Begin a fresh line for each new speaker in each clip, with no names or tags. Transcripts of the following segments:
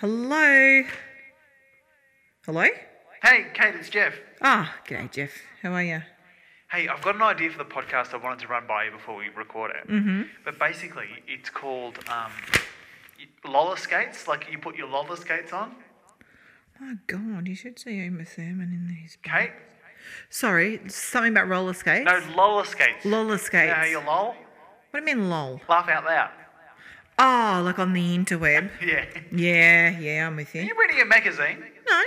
Hello. Hello?
Hey, Kate, it's Jeff.
Ah, g'day, Jeff. How are you?
Hey, I've got an idea for the podcast I wanted to run by you before we record it. Mm-hmm. But basically, it's called um, Lola Skates. Like, you put your Lola Skates on.
My God, you should see Uma Thurman in these.
Kate?
Sorry, something about roller skates?
No, Lola Skates.
Lola
You know how
skates.
you lol?
What do you mean lol?
Laugh out loud.
Oh, like on the interweb.
Yeah.
Yeah, yeah, I'm with
Are
you.
you reading a magazine?
No.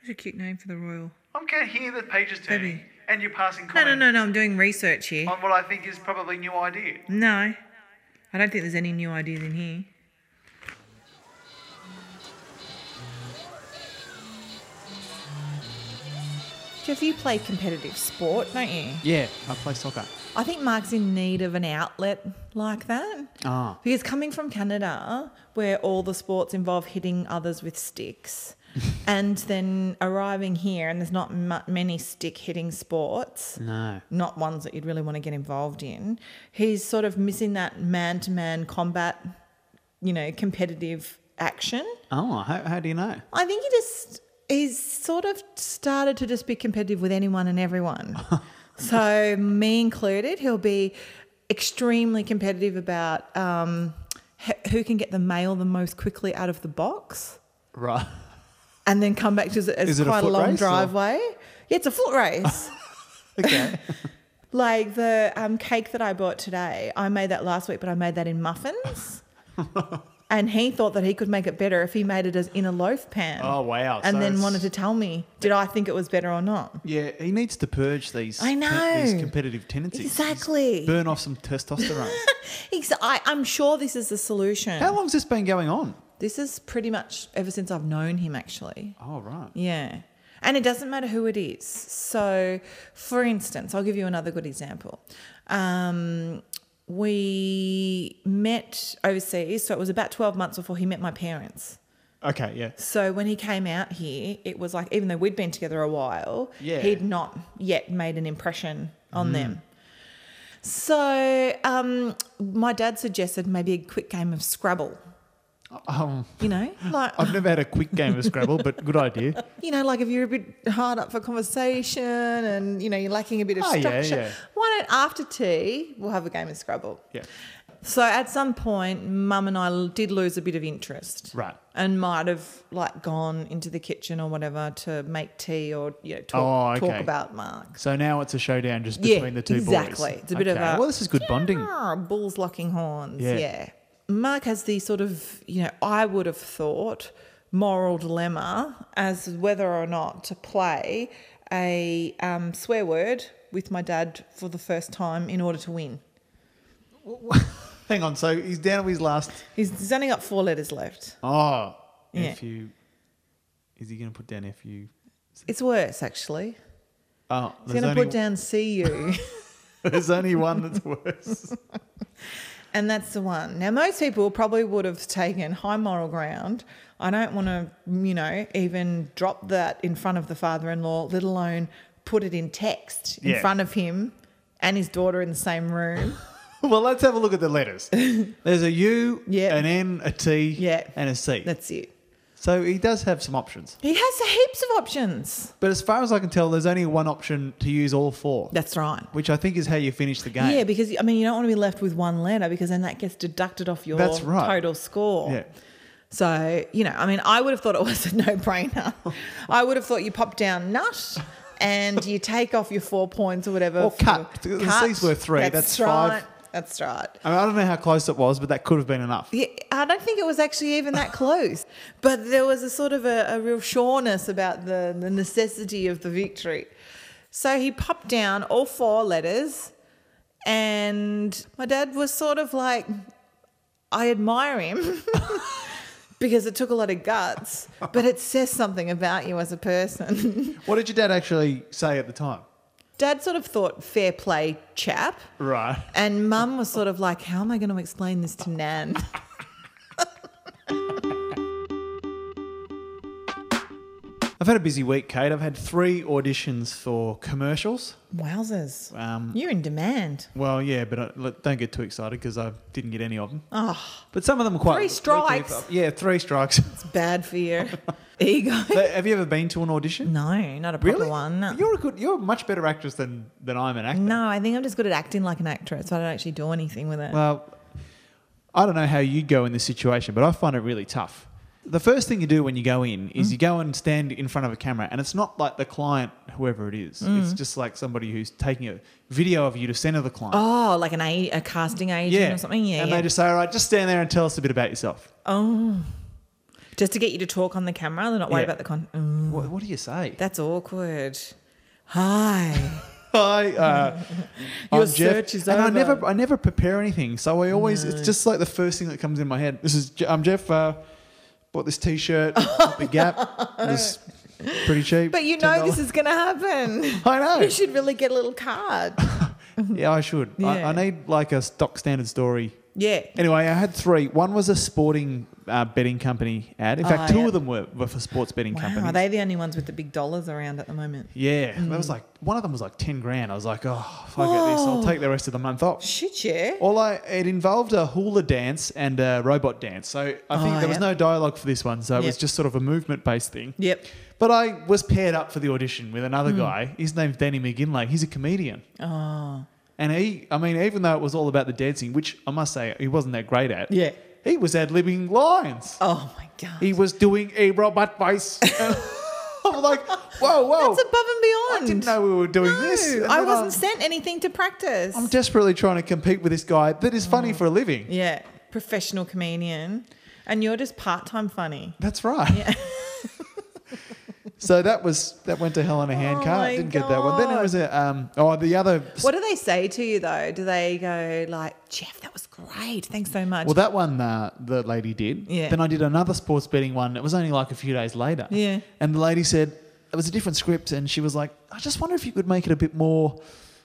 It's a cute name for the royal.
I'm going to hear the pages turning
Maybe.
and you're passing
No, no,
comment
no, no, I'm doing research here.
on what I think is probably a new idea.
No. I don't think there's any new ideas in here. Jeff, you play competitive sport, don't you?
Yeah, I play soccer.
I think Mark's in need of an outlet like that.
Ah.
Because coming from Canada, where all the sports involve hitting others with sticks, and then arriving here, and there's not mu- many stick hitting sports
No.
not ones that you'd really want to get involved in. He's sort of missing that man to man combat, you know, competitive action.
Oh, how, how do you know?
I think he just, he's sort of started to just be competitive with anyone and everyone. so, me included, he'll be extremely competitive about um, h- who can get the mail the most quickly out of the box
Right.
and then come back to it's
Is it a
quite a,
foot
long
race or-
driveway. Yeah, it's a foot race.
Okay.
Like the um, cake that I bought today, I made that last week, but I made that in muffins. and he thought that he could make it better if he made it as in a loaf pan.
Oh, wow.
And
So
then
it's-
wanted to tell me, did I think it was better or not?
yeah, he needs to purge these
I
ten-
know.
these competitive tendencies.
Exactly.
Burn off some testosterone.
Ex- I, I'm sure this is the solution.
how long's this been going on?
This is pretty much ever since I've known him, actually.
Oh, right.
Yeah. And it doesn't matter who it is. So, for instance, I'll give you another good example. Um, we met overseas, so it was about 12 months before he met my parents.
Okay, yeah.
So, when he came out here, it was like, even though we'd been together a while,
Yeah.
he'd not yet made an impression on them. So, um, my dad suggested maybe a quick game of Scrabble,
Um,
you know? Like,
I've never had a quick game of Scrabble, but good idea.
you know, like if you're a bit hard up for conversation and you know you're lacking a bit of
Oh, yeah,
structure,
yeah.
why don't after tea we'll have a game of Scrabble?
Yeah.
So at some point, Mum and I l- did lose a bit of interest,
Right.
And might have like gone into the kitchen or whatever to make tea or you know
Oh,
talk,
okay.
talk about Mark.
So now it's a showdown just
Yeah,
between the two boys.
exactly. It's a bit of
Okay,
a-
Well, this is good bonding.
Ah, bulls locking horns. Yeah.
Yeah.
Mark has the sort of, you know, I would have thought moral dilemma as whether or not to play a um, swear word with my dad for the first time in order to win.
Hang on. So he's down to his last.
He's he's only got four letters left.
Oh.
Yeah.
F U. Is he going to put down F U?
It's worse, actually.
Oh,
He's
there's
going to
only,
put down CU,
there's only one that's worse.
and that's the one. Now, most people probably would have taken high moral ground. I don't want to, you know, even drop that in front of the father in law, let alone put it in text in
Yeah.
front of him and his daughter in the same room.
well, let's have a look at the letters. There's a U,
Yeah.
an N, a T,
Yeah.
and a C.
that's it.
so he does have some options.
He has heaps of options.
But as far as I can tell, there's only one option to use all four,
That's right.
which I think is how you finish the game.
Yeah, because I mean, you don't want to be left with one letter because then that gets deducted off your
That's right.
total score.
Yeah.
So, you know, I mean, I would have thought it was a no brainer. I would have thought you pop down nut and you take off your four points or whatever.
Or
for-
cut. The C's were three. That's five.
right. That's right.
I, mean, I don't know how close it was, but that could have been enough.
Yeah, I don't think it was actually even that close, but there was a sort of a, a real sureness about the, the necessity of the victory. So he popped down all four letters, and my dad was sort of like, I admire him because it took a lot of guts, but it says something about you as a person.
What did your dad actually say at the time?
dad sort of thought, fair play, chap.
Right.
And mum was sort of like, How am I going to explain this to Nan?
I've had a busy week, Kate. I've had three auditions for commercials.
Wowzers.
Um,
You're in demand.
Well, yeah, but I, look, don't get too excited because I didn't get any of them.
Oh,
But some of them are quite
Three strikes.
Yeah, three strikes.
it's bad for your ego.
But have you ever been to an audition?
No, not a proper
Really?
one. No.
You're a good. You're a much better actress than than I'm an actor.
No, I think I'm just good at acting like an actress. I don't actually do anything with it.
Well, I don't know how you go in this situation, but I find it really tough. The first thing you do when you go in is you go and stand in front of a camera, and it's not like the client, whoever it is. It's just like somebody who's taking a video of you to send to the client.
oh, like an a, a casting agent or something. Yeah.
And
yeah.
they just say, all right, just stand there and tell us a bit about yourself.
oh, just to get you to talk on the camera. They're not worried
Yeah.
about the con. Mm,
What, what do you say?
that's awkward. Hi.
Hi, uh,
Your
I'm Jeff,
search is
and I
over.
never, I never prepare anything, so I always. It's just like the first thing that comes in my head. This is Je- I'm Jeff. Uh, bought this T-shirt at the Gap. It was pretty cheap.
but you know this
$10.
is going to happen.
I know.
You should really get a little card.
Yeah, I should.
Yeah.
I, I need like a stock standard story.
Yeah.
Anyway, I had three. One was a sporting uh, betting company ad. In fact,
Oh,
two
yeah.
of them were, were for sports betting
Wow,
companies.
are they the only ones with the big dollars around at the moment?
yeah, that was like one of them was like ten grand. I was like, oh, if I get this, I'll
Whoa.
take the rest of the month off.
Shit, yeah.
All I it involved a hula dance and a robot dance. So I think
Oh,
there was
yep.
no dialogue for this one. So it was
Yep.
just sort of a movement based thing.
Yep.
But I was paired up for the audition with
Hmm.
another guy. His name's Danny McGinlay. He's a comedian.
Oh,
And he, I mean, even though it was all about the dancing, which I must say he wasn't that great at,
Yeah.
he was ad libbing lines.
oh my God.
He was doing a robot voice. And I'm like, whoa, whoa.
That's above and beyond.
I didn't know we were doing
No,
this. And
I
then
wasn't
I'm-
sent anything to practice.
I'm desperately trying to compete with this guy that is
Oh.
funny for a living.
yeah, professional comedian, and you're just part time funny.
That's right. so that was that went to hell in a
Oh
handcart.
my
Didn't get that one. Then it
God.
was a um oh the other
What do they say to you though? Do they go like, Jeff, that was great, thanks so much?
well that one uh, the lady did.
Yeah.
Then I did another sports betting one. It was only like a few days later.
Yeah.
And the lady said it was a different script, and she was like, I just wonder if you could make it a bit more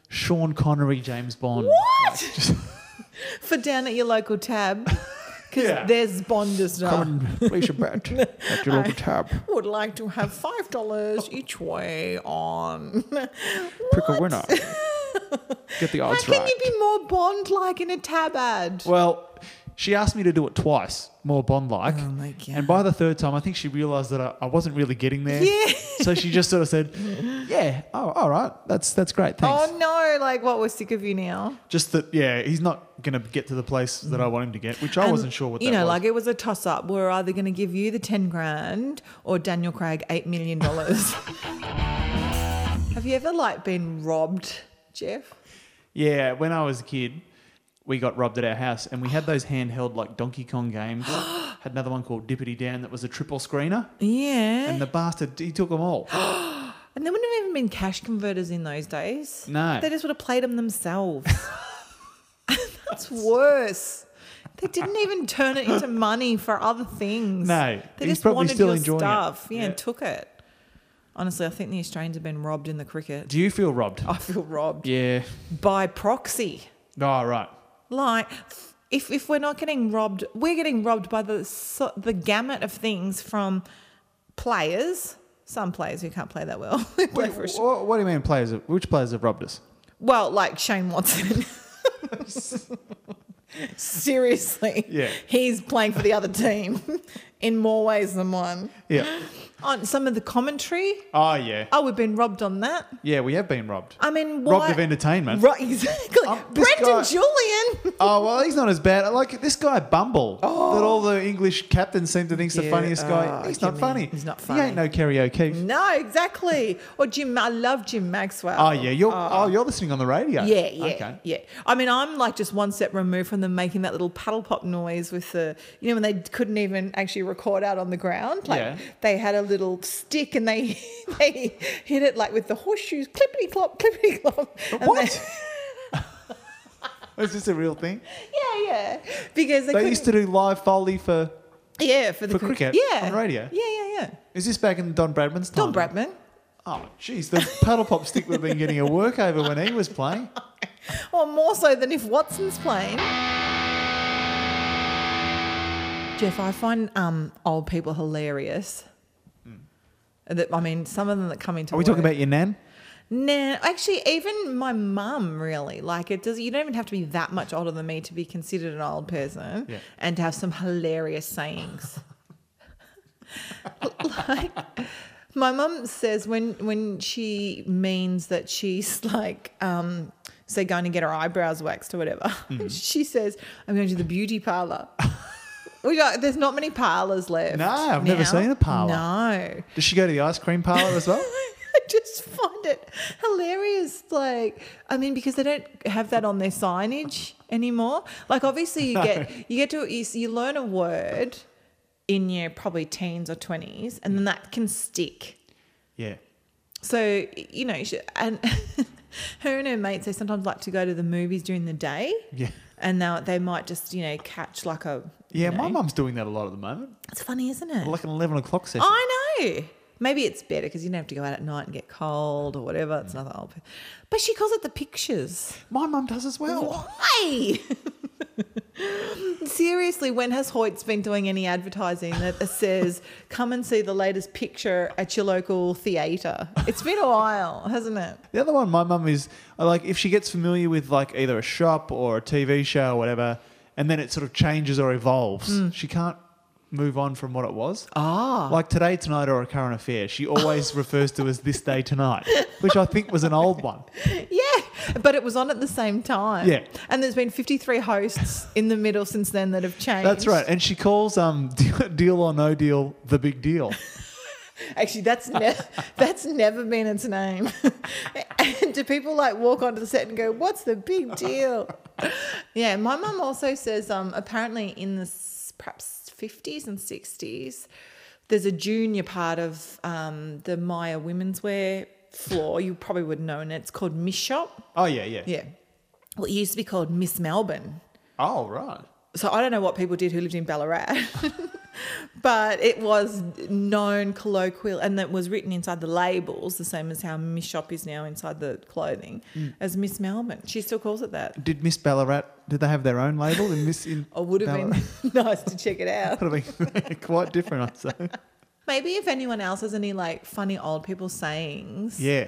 Sean Connery, James Bond.
what? For down at your local tab, because
Yeah.
there's Bonders.
Come and place your bet at your local tab.
Would like to have five dollars each way on.
Pick
What?
a winner. Get the
How
odds
can
right.
you be more Bond like in a tab ad?
Well, she asked me to do it twice, more Bond like.
Oh my God.
And by the third time, I think she realised that I, I wasn't really getting there.
Yeah.
So she just sort of said, "Yeah, oh, all right, that's that's great, thanks."
Oh no, like what we're sick of you now.
Just that, yeah, he's not going to get to the place that I want him to get, which I
And,
wasn't sure what
You
that
know,
was.
like it was a toss up. We're either going to give you the 10 grand or Daniel Craig 8 million dollars. Have you ever like been robbed, Jeff?
yeah, when I was a kid, we got robbed at our house, and we had those handheld like Donkey Kong games. had another one called Dippity Down that was a triple screener,
Yeah.
and the bastard he took them all.
And there wouldn't have even been cash converters in those days.
No.
They just would have played them themselves. That's worse. They didn't even turn it into money for other things.
No,
They
he's
just
probably
wanted
still
your
enjoying it.
stuff. Yeah,
Yeah.
and took it. Honestly, I think the Australians have been robbed in the cricket.
Do you feel robbed?
I feel robbed
Yeah.
by proxy.
Oh, right.
Like, if, if we're not getting robbed, we're getting robbed by the so, the gamut of things from players. Some players who can't play that well. They play
Wait,
for Australia.
what, what do you mean players? have- Which players have robbed us?
Well, like Shane Watson. Seriously.
Yeah.
He's playing for the other team in more ways than one.
Yeah.
On some of the commentary,
Oh, yeah.
oh, we've been robbed on that.
Yeah, we have been robbed.
I mean, why?
Robbed of entertainment.
Right, exactly.
Um, this
Brendan
guy-
Julian.
Oh well, he's not as bad. I Like this guy Bumble, that all the English captains seem to think's the
Oh. Yeah,
funniest guy.
oh,
He's not
Jimmy,
funny.
he's not
He ain't no
funny. Mm.
Kerry O'Keefe.
no, exactly. Or Jim, I love Jim Maxwell.
Oh yeah, you're oh. you're listening on the radio.
Uh. Yeah, yeah,
Okay.
yeah. I mean, I'm like just one step removed from them making that little paddle pop noise with the, you know, when they couldn't even actually record out on the ground. Like
Yeah.
they had a little stick and they they hit it like with the horseshoes, clippity clop, clippity clop. And they-
What? Is this a real thing?
yeah, yeah. Because they,
They
couldn't,
used to do live foley for.
yeah, for the
for
cri-
cricket
yeah,
on radio.
Yeah, yeah, yeah.
Is this back in Don Bradman's time?
Don Bradman.
Oh, jeez, the paddle pop stick would have been getting a work over when he was playing.
Well, more so than if Watson's playing. Jeff, I find um, old people hilarious. That I mean, some of them that come into.
Hmm. Are we talking
work-
about your nan?
Nah, actually, even my mum really like it. Does you don't even have to be that much older than me to be considered an old person
Yeah.
and to have some hilarious sayings. like my mum says when when she means that she's like um say going to get her eyebrows waxed or whatever,
Mm-hmm.
she says I'm going to the beauty parlor. We got, there's not many parlors left.
No, I've never seen a parlour.
No.
Does she go to the ice cream parlor as well?
I just find it hilarious. Like, I mean, because they don't have that on their signage anymore. Like, obviously, you get you get to you, s- you learn a word in your probably teens or twenties, and then that can stick.
yeah.
So y- you know, she, and her and her mates they sometimes like to go to the movies during the day.
Yeah.
And now they might just you know catch like a you
Yeah, my
know.
mum's doing that a lot at the moment.
It's funny, isn't it?
Like an 11 o'clock session.
I know. Maybe it's better because you don't have to go out at night and get cold or whatever. It's another old. But she calls it the pictures.
My mum does as well.
Why? Seriously, when has Hoyt's been doing any advertising that says, come and see the latest picture at your local theatre? It's been a while, hasn't it?
The other one, my mum is I like if she gets familiar with like either a shop or a TV show or whatever, and then it sort of changes or evolves, she can't move on from what it was. Hmm. Ah, like today, tonight, or a current affair. She always refers to as this day tonight, which I think was an old one.
Yeah, but it was on at the same time.
Yeah.
And there's been 53 hosts in the middle since then that have changed.
That's right, and she calls um deal or no deal the big deal.
Actually, that's ne- that's never been its name. and do people like walk onto the set and go, "What's the big deal?" yeah, my mum also says um, apparently in the s- perhaps fifties and sixties, there's a junior part of um, the Maya women's wear floor. You probably would know, and it's called Miss Shop.
Oh yeah, yeah.
Yeah, well, it used to be called Miss Melbourne
Oh right.
so I don't know what people did who lived in Ballarat, but it was known colloquial, and that was written inside the labels, the same as how Miss Shop is now inside the clothing,
Mm.
as Miss Melbourne. She still calls it that.
Did Miss Ballarat? Did they have their own label in Miss? In
Or would have
Ballarat?
been nice to check it out.
Would have been quite different, I'd say.
Maybe if anyone else has any like funny old people sayings,
Yeah.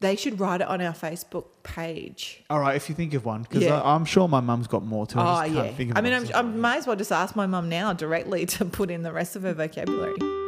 they should write it on our Facebook page.
All right, if you think of one, because
Yeah.
I'm sure my mum's got more too. I
Oh
just can't
yeah,
think of
I
it
mean,
off
I'm, I
the top of my
might as well just ask my mum now directly to put in the rest of her vocabulary. Oh,
head.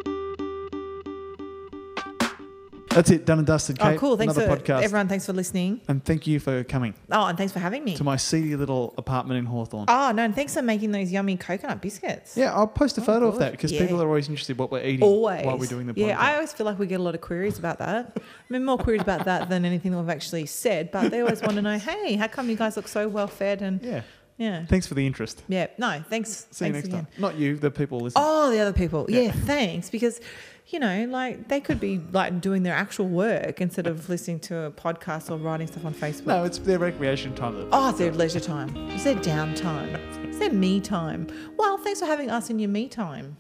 That's it, done and dusted. Kate.
oh, cool! Thanks for
Another podcast.
everyone. Thanks for listening.
And thank you for coming
Oh, and thanks for having me.
to my seedy little apartment in Hawthorne.
Oh no! And thanks for making those yummy coconut biscuits.
yeah, I'll post a photo of
good.
that because
Oh, Yeah.
people are always interested what we're eating
Always.
while we're doing the podcast.
yeah, I always feel like we get a lot of queries about that. I mean, more queries about that than anything that we've actually said. But they always want to know, hey, how come you guys look so well fed? And yeah,
yeah.
yeah,
Thanks for the interest.
No, thanks.
See
thanks
you next
again.
time. Not you, the people listening.
Oh, the other people.
Yeah.
Yeah. thanks. Because, you know, like they could be like doing their actual work instead of listening to a podcast or writing stuff on Facebook.
No, it's their recreation time. that-
Oh, it's their leisure time. It's their downtime. It's their me time. Well, thanks for having us in your me time.